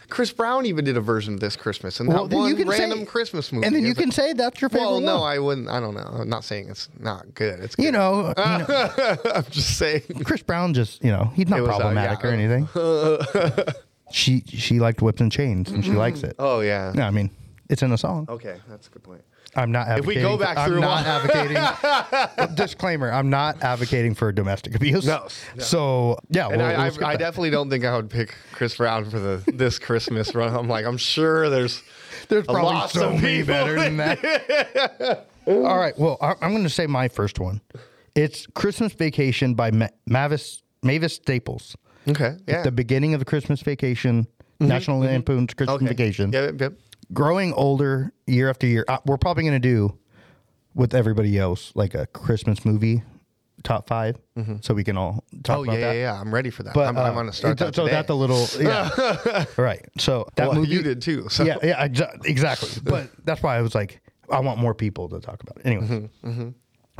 C: Chris Brown even did a version of this Christmas, and
B: Well,
C: that
B: then
C: one
B: you can say-
C: random Christmas movie.
B: And then you
C: It's like,
B: can say that's your favorite
C: Well, no,
B: one.
C: I wouldn't. I don't know. I'm not saying it's not good. It's good.
B: you know, you know,
C: I'm just saying.
B: Chris Brown just, you know, he's not
C: It was, uh,
B: problematic
C: yeah.
B: or anything. she she liked Whips and Chains and she likes it.
C: Oh yeah.
B: No, I mean, it's in the song.
C: Okay, that's a good point.
B: I'm not
C: If we
B: advocating.
C: go back through
B: I'm
C: a
B: not advocating. disclaimer: I'm not advocating for domestic abuse.
C: No, no.
B: So yeah,
C: And
B: we'll- we'll
C: I,
B: skip
C: I, I
B: that.
C: definitely don't think I would pick Chris Brown for the this Christmas run. I'm like, I'm sure there's
B: There's
C: a
B: probably
C: lot
B: so
C: of
B: many
C: people
B: better than that. All right. Well, I, I'm going to say my first one. It's Christmas Vacation by Ma- Mavis Mavis Staples.
C: Okay, yeah, Mm-hmm.
B: The beginning of the Christmas Vacation, National Lampoon's Christmas
C: okay.
B: Vacation.
C: Yep, yep.
B: growing older year after year, uh, we're probably going to do with everybody else like a Christmas movie top 5 so we can all talk
C: Mm-hmm. Oh yeah,
B: about
C: yeah,
B: that.
C: yeah. I'm ready for that.
B: But
C: I'm,
B: uh,
C: I'm gonna start
B: so-
C: that.
B: So
C: today.
B: that's a little yeah. right. So that
C: well,
B: movie
C: you did too. So
B: yeah, yeah, exa- exactly. But that's why I was like, I want more people to talk about it. Anyway,
C: Mm-hmm,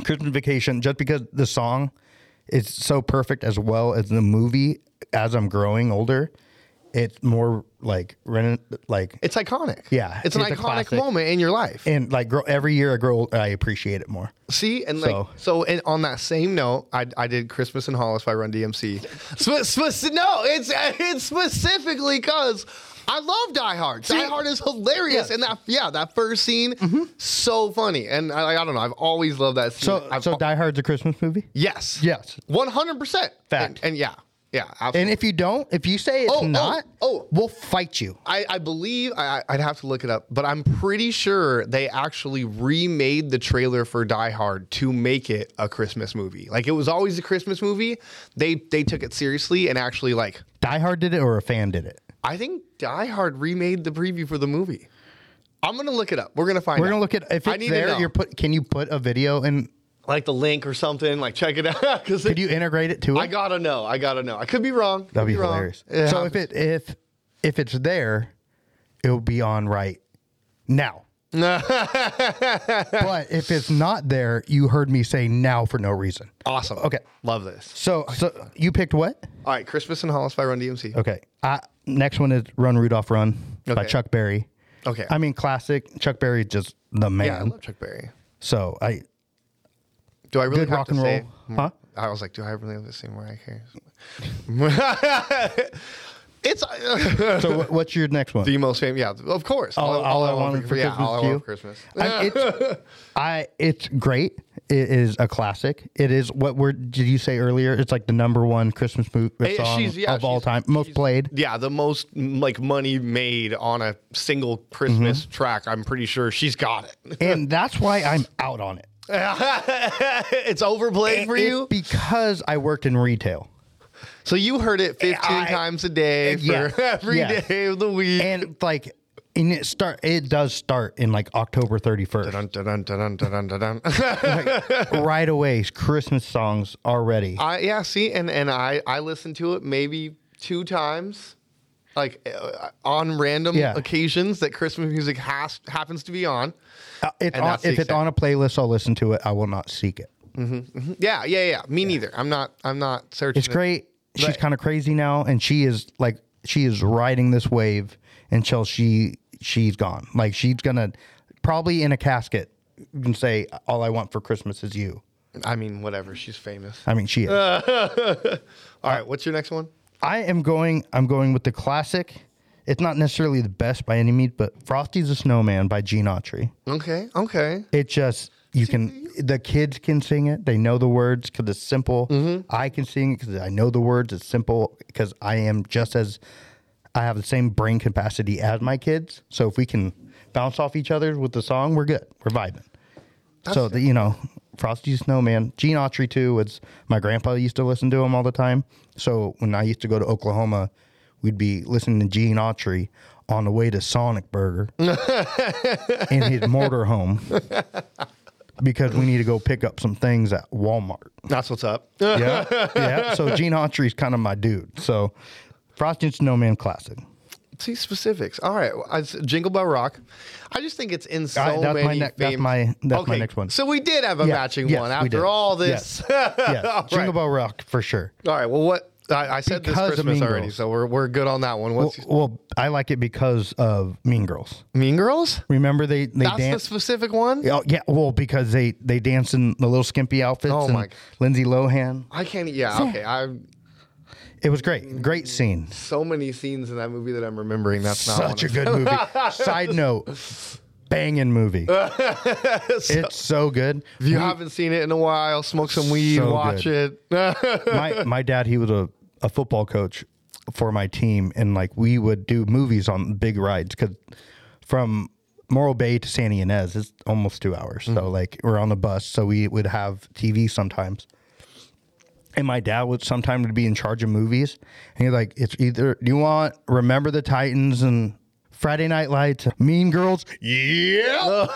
B: Christmas Vacation, just because the song is so perfect as well as the movie. As I'm growing older, it's more like ren- like
C: it's iconic.
B: Yeah,
C: it's an
B: it's a
C: iconic
B: classic.
C: moment in your life.
B: and like grow every year I grow, I appreciate it more.
C: See, and like
B: So-
C: so, and on that same note, I, I did Christmas in Hollis by Run DMC. Spe- speci- no, it's it's specifically because I love Die Hard. Die Hard is hilarious, and that yeah, that first scene
B: Mm-hmm.
C: so funny. And I, like, I don't know, I've always loved that scene.
B: So,
C: I've,
B: so Die Hard's a Christmas movie.
C: yes,
B: Yes.
C: one hundred percent
B: Fact.
C: And, and yeah, yeah, absolutely.
B: And if you don't, if you say it's
C: Oh, oh,
B: not,
C: oh.
B: we'll fight you.
C: I, I believe I, I- I'd have to look it up, but I'm pretty sure they actually remade the trailer for Die Hard to make it a Christmas movie. Like it was always a Christmas movie. They they took it seriously and actually like
B: Die Hard did it, or a fan did it.
C: I think Die Hard remade the preview for the movie. I'm gonna look it up. We're gonna find.
B: We're
C: out.
B: gonna look at if
C: I
B: it's
C: need to
B: there.
C: know.
B: You're put. Can you put a video and
C: like the link or something. Like check it out because
B: could you integrate it to it?
C: I gotta know. I gotta know. I could be wrong.
B: That'd
C: Could
B: be,
C: wrong.
B: hilarious.
C: It
B: so if
C: happens.
B: it if if it's there, it'll be on right now. but if it's not there, you heard me say now for no reason.
C: awesome.
B: Okay.
C: love this.
B: So so you picked what?
C: All right, Christmas in Hollis by Run DMC.
B: Okay. I, next one is Run Rudolph Run by
C: Okay.
B: Chuck Berry.
C: Okay.
B: I mean classic. Chuck Berry is just the man.
C: yeah, I love Chuck Berry.
B: so I
C: Do I really
B: Good
C: have
B: rock
C: to
B: and roll.
C: say-
B: Huh?
C: I was like, do I really have to say Mariah Carey? it's uh,
B: so what- what's your next one?
C: the most famous. Yeah, of course.
B: all, all I wanted for
C: yeah,
B: Christmas
C: all
B: is
C: I
B: you.
C: want for Christmas.
B: I, it's, I, it's great. It is a classic. It is what we're, did you say earlier? It's like the number one Christmas movie
C: Eh,
B: song
C: she's- yeah,
B: of all
C: she's-
B: time, most played.
C: yeah, the most m- like money made on a single Christmas
B: Mm-hmm.
C: track. I'm pretty sure she's got it.
B: And that's why I'm out on it.
C: it's overplayed for
B: It-
C: you.
B: Because I worked in retail.
C: So you heard it 15
B: I-
C: times a day for
B: yeah,
C: every day
B: yeah.
C: of the week.
B: And like, and it start, it does start in like October 31st.
C: Dun, dun, dun, dun, dun, dun, dun.
B: right away, Christmas songs already.
C: I yeah, see, and and I I listened to it maybe two times, like uh, on random
B: Yeah.
C: occasions that Christmas music has happens to be on.
B: Uh, It's
C: and
B: on,
C: that's the
B: if it's
C: extent.
B: on a playlist, I'll listen to it. I will not seek it.
C: Yeah, yeah, yeah. Me neither. I'm not. I'm not searching.
B: It's
C: it.
B: great. She's
C: Right.
B: kind of crazy now, and she is like she is riding this wave until she she's gone. Like she's gonna probably in a casket and say, "All I want for Christmas is you."
C: I mean, whatever. She's famous.
B: I mean, she is.
C: Uh. All right. What's your next one?
B: I am going. I'm going with the classic. It's not necessarily the best by any means, but "Frosty's a Snowman" by Gene Autry.
C: Okay. Okay.
B: It just you can the kids can sing it. They know the words because it's simple. I can sing it because I know the words. It's simple because I am just as I have the same brain capacity as my kids. So if we can bounce off each other with the song, we're good. We're vibing. so the, you know, Frosty the Snowman, Gene Autry too. Was my grandpa used to listen to him all the time. So when I used to go to Oklahoma, we'd be listening to Gene Autry on the way to Sonic Burger in his mortar home because we need to go pick up some things at Walmart.
C: That's what's up.
B: Yeah. yeah. So Gene Autry's kind of my dude. So Frosty and Snowman classic.
C: See specifics. All right, well, it's Jingle Bell Rock. I just think it's in so
B: All right, that's
C: many.
B: my ne- that's
C: fam-
B: my- that's my
C: Okay,
B: next one.
C: So we did have a
B: Yeah,
C: matching
B: yes,
C: one
B: we
C: after
B: did.
C: all this.
B: Yes.
C: All
B: Jingle
C: right.
B: Bell Rock for sure.
C: All right. Well, what I, I said
B: Because of
C: this Christmas
B: Mean
C: already,
B: Girls.
C: so we're we're good on that one.
B: Well,
C: What's
B: well, I like it because of Mean Girls.
C: Mean Girls?
B: Remember they they
C: That's the
B: danced.
C: specific one.
B: Oh, yeah, well, because they they danced in the little skimpy outfits.
C: Oh,
B: and
C: my-
B: Lindsay Lohan.
C: I can't. e, Yeah. Okay. I'm
B: It was great. Great scene.
C: so many scenes in that movie that I'm remembering. That's not
B: Such a
C: one
B: good movie. Side note, banging movie. it's so good.
C: If you haven't seen it in a while, smoke some weed,
B: So
C: watch it.
B: my my dad he was a, a football coach for my team and like we would do movies on big rides because from Morro Bay to San Ynez it's almost two hours so like we're on the bus so we would have TV sometimes and my dad would sometimes would be in charge of movies and he's like it's either do you want Remember the Titans and Friday Night Lights Mean Girls yeah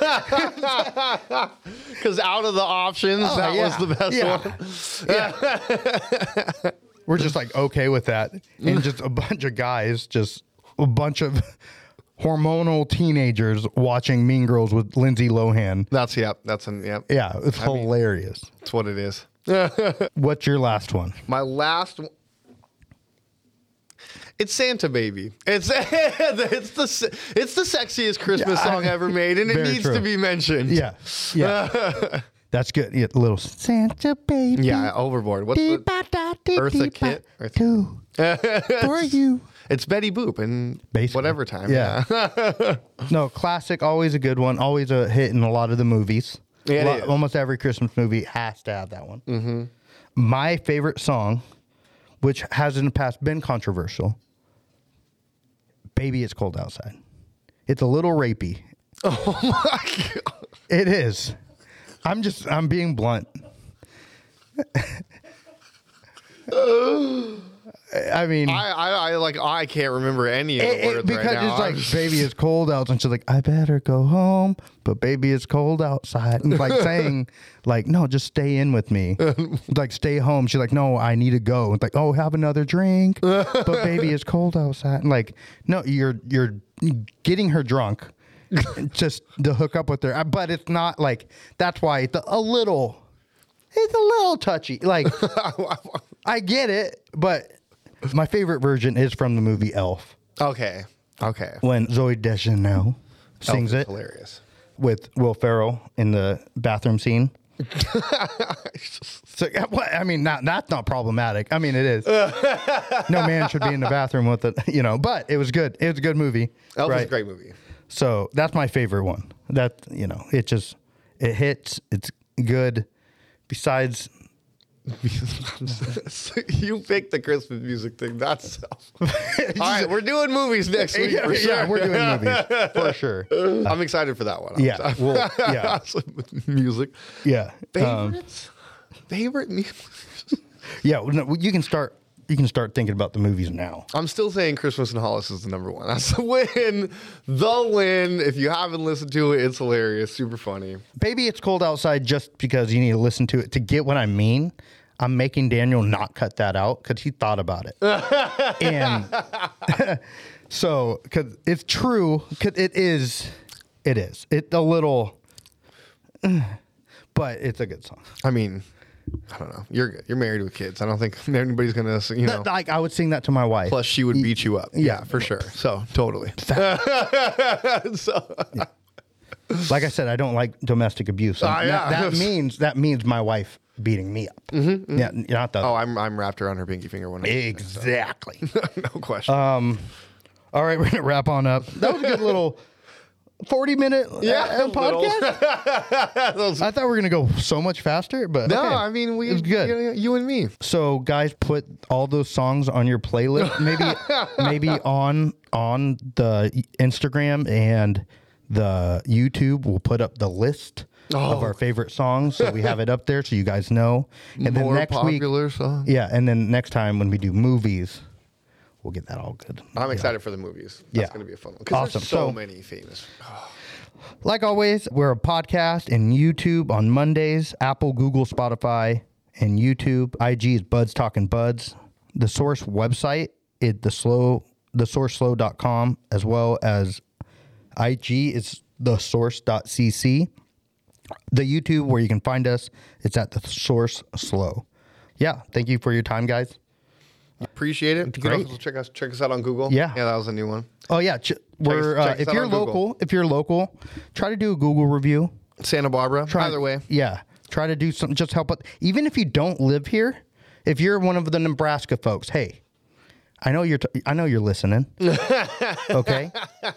C: Because out of the options, that
B: Oh, yeah.
C: was the best
B: Yeah.
C: one.
B: we're just like okay with that and just a bunch of guys just a bunch of hormonal teenagers watching mean girls with lindsay lohan
C: That's yep. That's an yep.
B: yeah it's hilarious
C: That's what it is.
B: what's your last one
C: My last. one- It's Santa Baby. It's it's the se- it's the sexiest Christmas song ever made, and it
B: Very
C: needs
B: true.
C: to be mentioned.
B: yeah
C: Uh,
B: yeah that's good yeah, little santa baby
C: Yeah, overboard. What's
B: Dee
C: the,
B: ba da dee
C: Eartha
B: dee
C: Kitt?
B: ba
C: Eartha-
B: do for you
C: it's Betty Boop and
B: Basically.
C: whatever time.
B: Yeah. no, classic, always a good one, always a hit in a lot of the movies.
C: Yeah, it
B: Lo-
C: is.
B: Almost every Christmas movie has to have that one. Mm-hmm. My favorite song, which has in the past been controversial, Baby It's Cold Outside. It's a little rapey. It is. I'm just, I'm being blunt. I mean,
C: I, I I like I can't remember any of the
B: it- it-
C: words
B: because
C: right now.
B: it's like baby it's cold out and she's like i better go home but baby it's cold outside and like saying like no just stay in with me like stay home she's like no i need to go it's like oh have another drink but baby it's cold outside and like no you're you're getting her drunk just to hook up with her Uh, but it's not like that's why it's a- a little it's a little touchy like i get it but my favorite version is from the movie elf
C: okay, okay.
B: when Zoe Deschanel sings
C: Elf is
B: it
C: Hilarious.
B: with Will Ferrell in the bathroom scene. so yeah, what- I mean, not that's not problematic. I mean, it is. no man should be in the bathroom with it, you know. But it was good. It was a good movie.
C: Elf is a
B: right?
C: great movie.
B: So that's my favorite one. That you know, it just it hits. It's good. Besides,
C: you picked the Christmas music thing. That's all right. We're doing movies next week.
B: yeah,
C: For sure.
B: yeah, we're doing movies for sure.
C: I'm excited for that one.
B: Yeah, well, yeah,
C: music.
B: yeah. Um,
C: Favorites. Favorite music.
B: Yeah, well, no, you can start. You can start thinking about the movies now.
C: I'm still saying Christmas and Hollis is the number one. That's the win. The win. If you haven't listened to it, it's hilarious. Super funny.
B: Baby, it's cold outside. Just because you need to listen to it to get what I mean. I'm making Daniel not cut that out because he thought about it. and so, because it's true, because it is, it is. It's a little, but it's a good song.
C: I mean, I don't know. You're good. You're married with kids. I don't think anybody's gonna. You know.
B: Like I would sing that to my wife.
C: Plus, she would beat you up.
B: yeah.
C: Yeah, for sure. So totally. so
B: Like I said, I don't like domestic abuse.
C: Ah,
B: that,
C: yeah. Mm-hmm,
B: that means that means my wife beating me up. Yeah, not the
C: Oh, I'm I'm wrapped around her pinky finger when I
B: Exactly.
C: no question.
B: uh, All right, we're gonna wrap on up. That was a good little forty-minute
C: Yeah,
B: uh,
C: little.
B: podcast.
C: That was-
B: I thought we were gonna go so much faster, but
C: no,
B: okay.
C: I mean we
B: It was good.
C: You, you and me.
B: So, guys, put all those songs on your playlist. Maybe, maybe on on the Instagram and the YouTube. We'll put up the list
C: Oh.
B: of our favorite songs, so we have it up there, so you guys know. And
C: More
B: then next week,
C: popular song.
B: yeah, and then next time when we do movies, we'll get that all good.
C: I'm excited for the movies. That's
B: Yeah.
C: going to be a fun one. Because
B: Awesome.
C: there's so,
B: So-
C: many famous.
B: Like always, we're a podcast and YouTube on Mondays, Apple, Google, Spotify, and YouTube. IG is Buds Talking Buds. The source website is the slow the source slow.com as well as IG is the source.cc. The YouTube where you can find us, it's at the source slow. Yeah, thank you for your time, guys.
C: Appreciate it. You can
B: great.
C: also check us check us out on Google.
B: Yeah.
C: Yeah, that was a new one.
B: Oh yeah, ch- we're
C: us-
B: uh,
C: check us
B: if
C: out
B: you're
C: on Google.
B: local, if you're local, try to do a Google review.
C: Santa Barbara.
B: try-
C: Either way.
B: Yeah. Try to do something. Just help. Out. Even if you don't live here, if you're one of the Nebraska folks, hey, I know you're. T- I know you're listening. okay. your,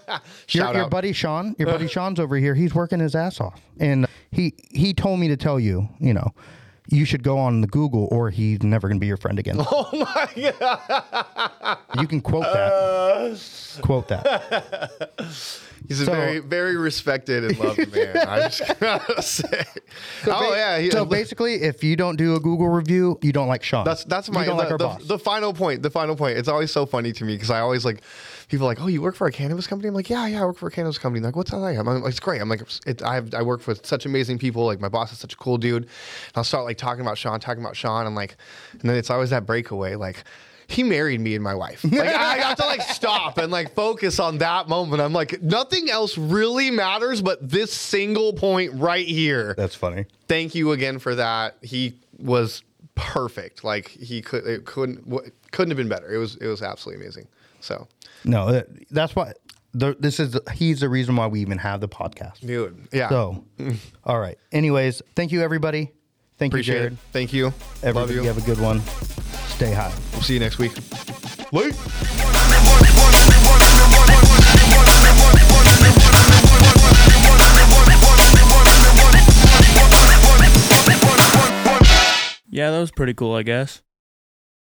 C: Shout
B: your
C: out.
B: buddy Sean. Your buddy Sean's over here. He's working his ass off, and he he told me to tell you. You know. You should go on the Google, or he's never going to be your friend again. Oh my god! You can quote that.
C: Uh,
B: Quote that.
C: He's a
B: So-
C: very, very respected and loved man. I just gotta say. oh
B: ba-
C: yeah, he-
B: so basically, if you don't do a Google review, you don't like Sean.
C: that's that's
B: You
C: my
B: don't like
C: the,
B: our
C: the-
B: boss.
C: the final point. The final point. It's always so funny to me because I always like people are like, oh, you work for a cannabis company. I'm like, yeah, yeah, I work for a cannabis company. They're like, what's that like? I'm like, it's great. I'm like, it, I have I work with such amazing people. Like my boss is such a cool dude. And I'll start like talking about Sean, talking about Sean, and like, and then it's always that breakaway like. He married me and my wife. Like I have to like stop and like focus on that moment. I'm like, nothing else really matters but this single point right here
B: that's funny.
C: thank you again for that. He was perfect. Like he could it couldn't w- couldn't have been better. It was it was absolutely amazing. So,
B: No, that, that's why. The, this is he's the reason why we even have the podcast.
C: dude, yeah.
B: So, all right. Anyways, thank you everybody. Thank
C: appreciate
B: you, Jared.
C: it. Thank you.
B: Everybody,
C: Love you.
B: have a good one. Stay high.
C: We'll see you next week. Wait.
A: Yeah, that was pretty cool, I guess.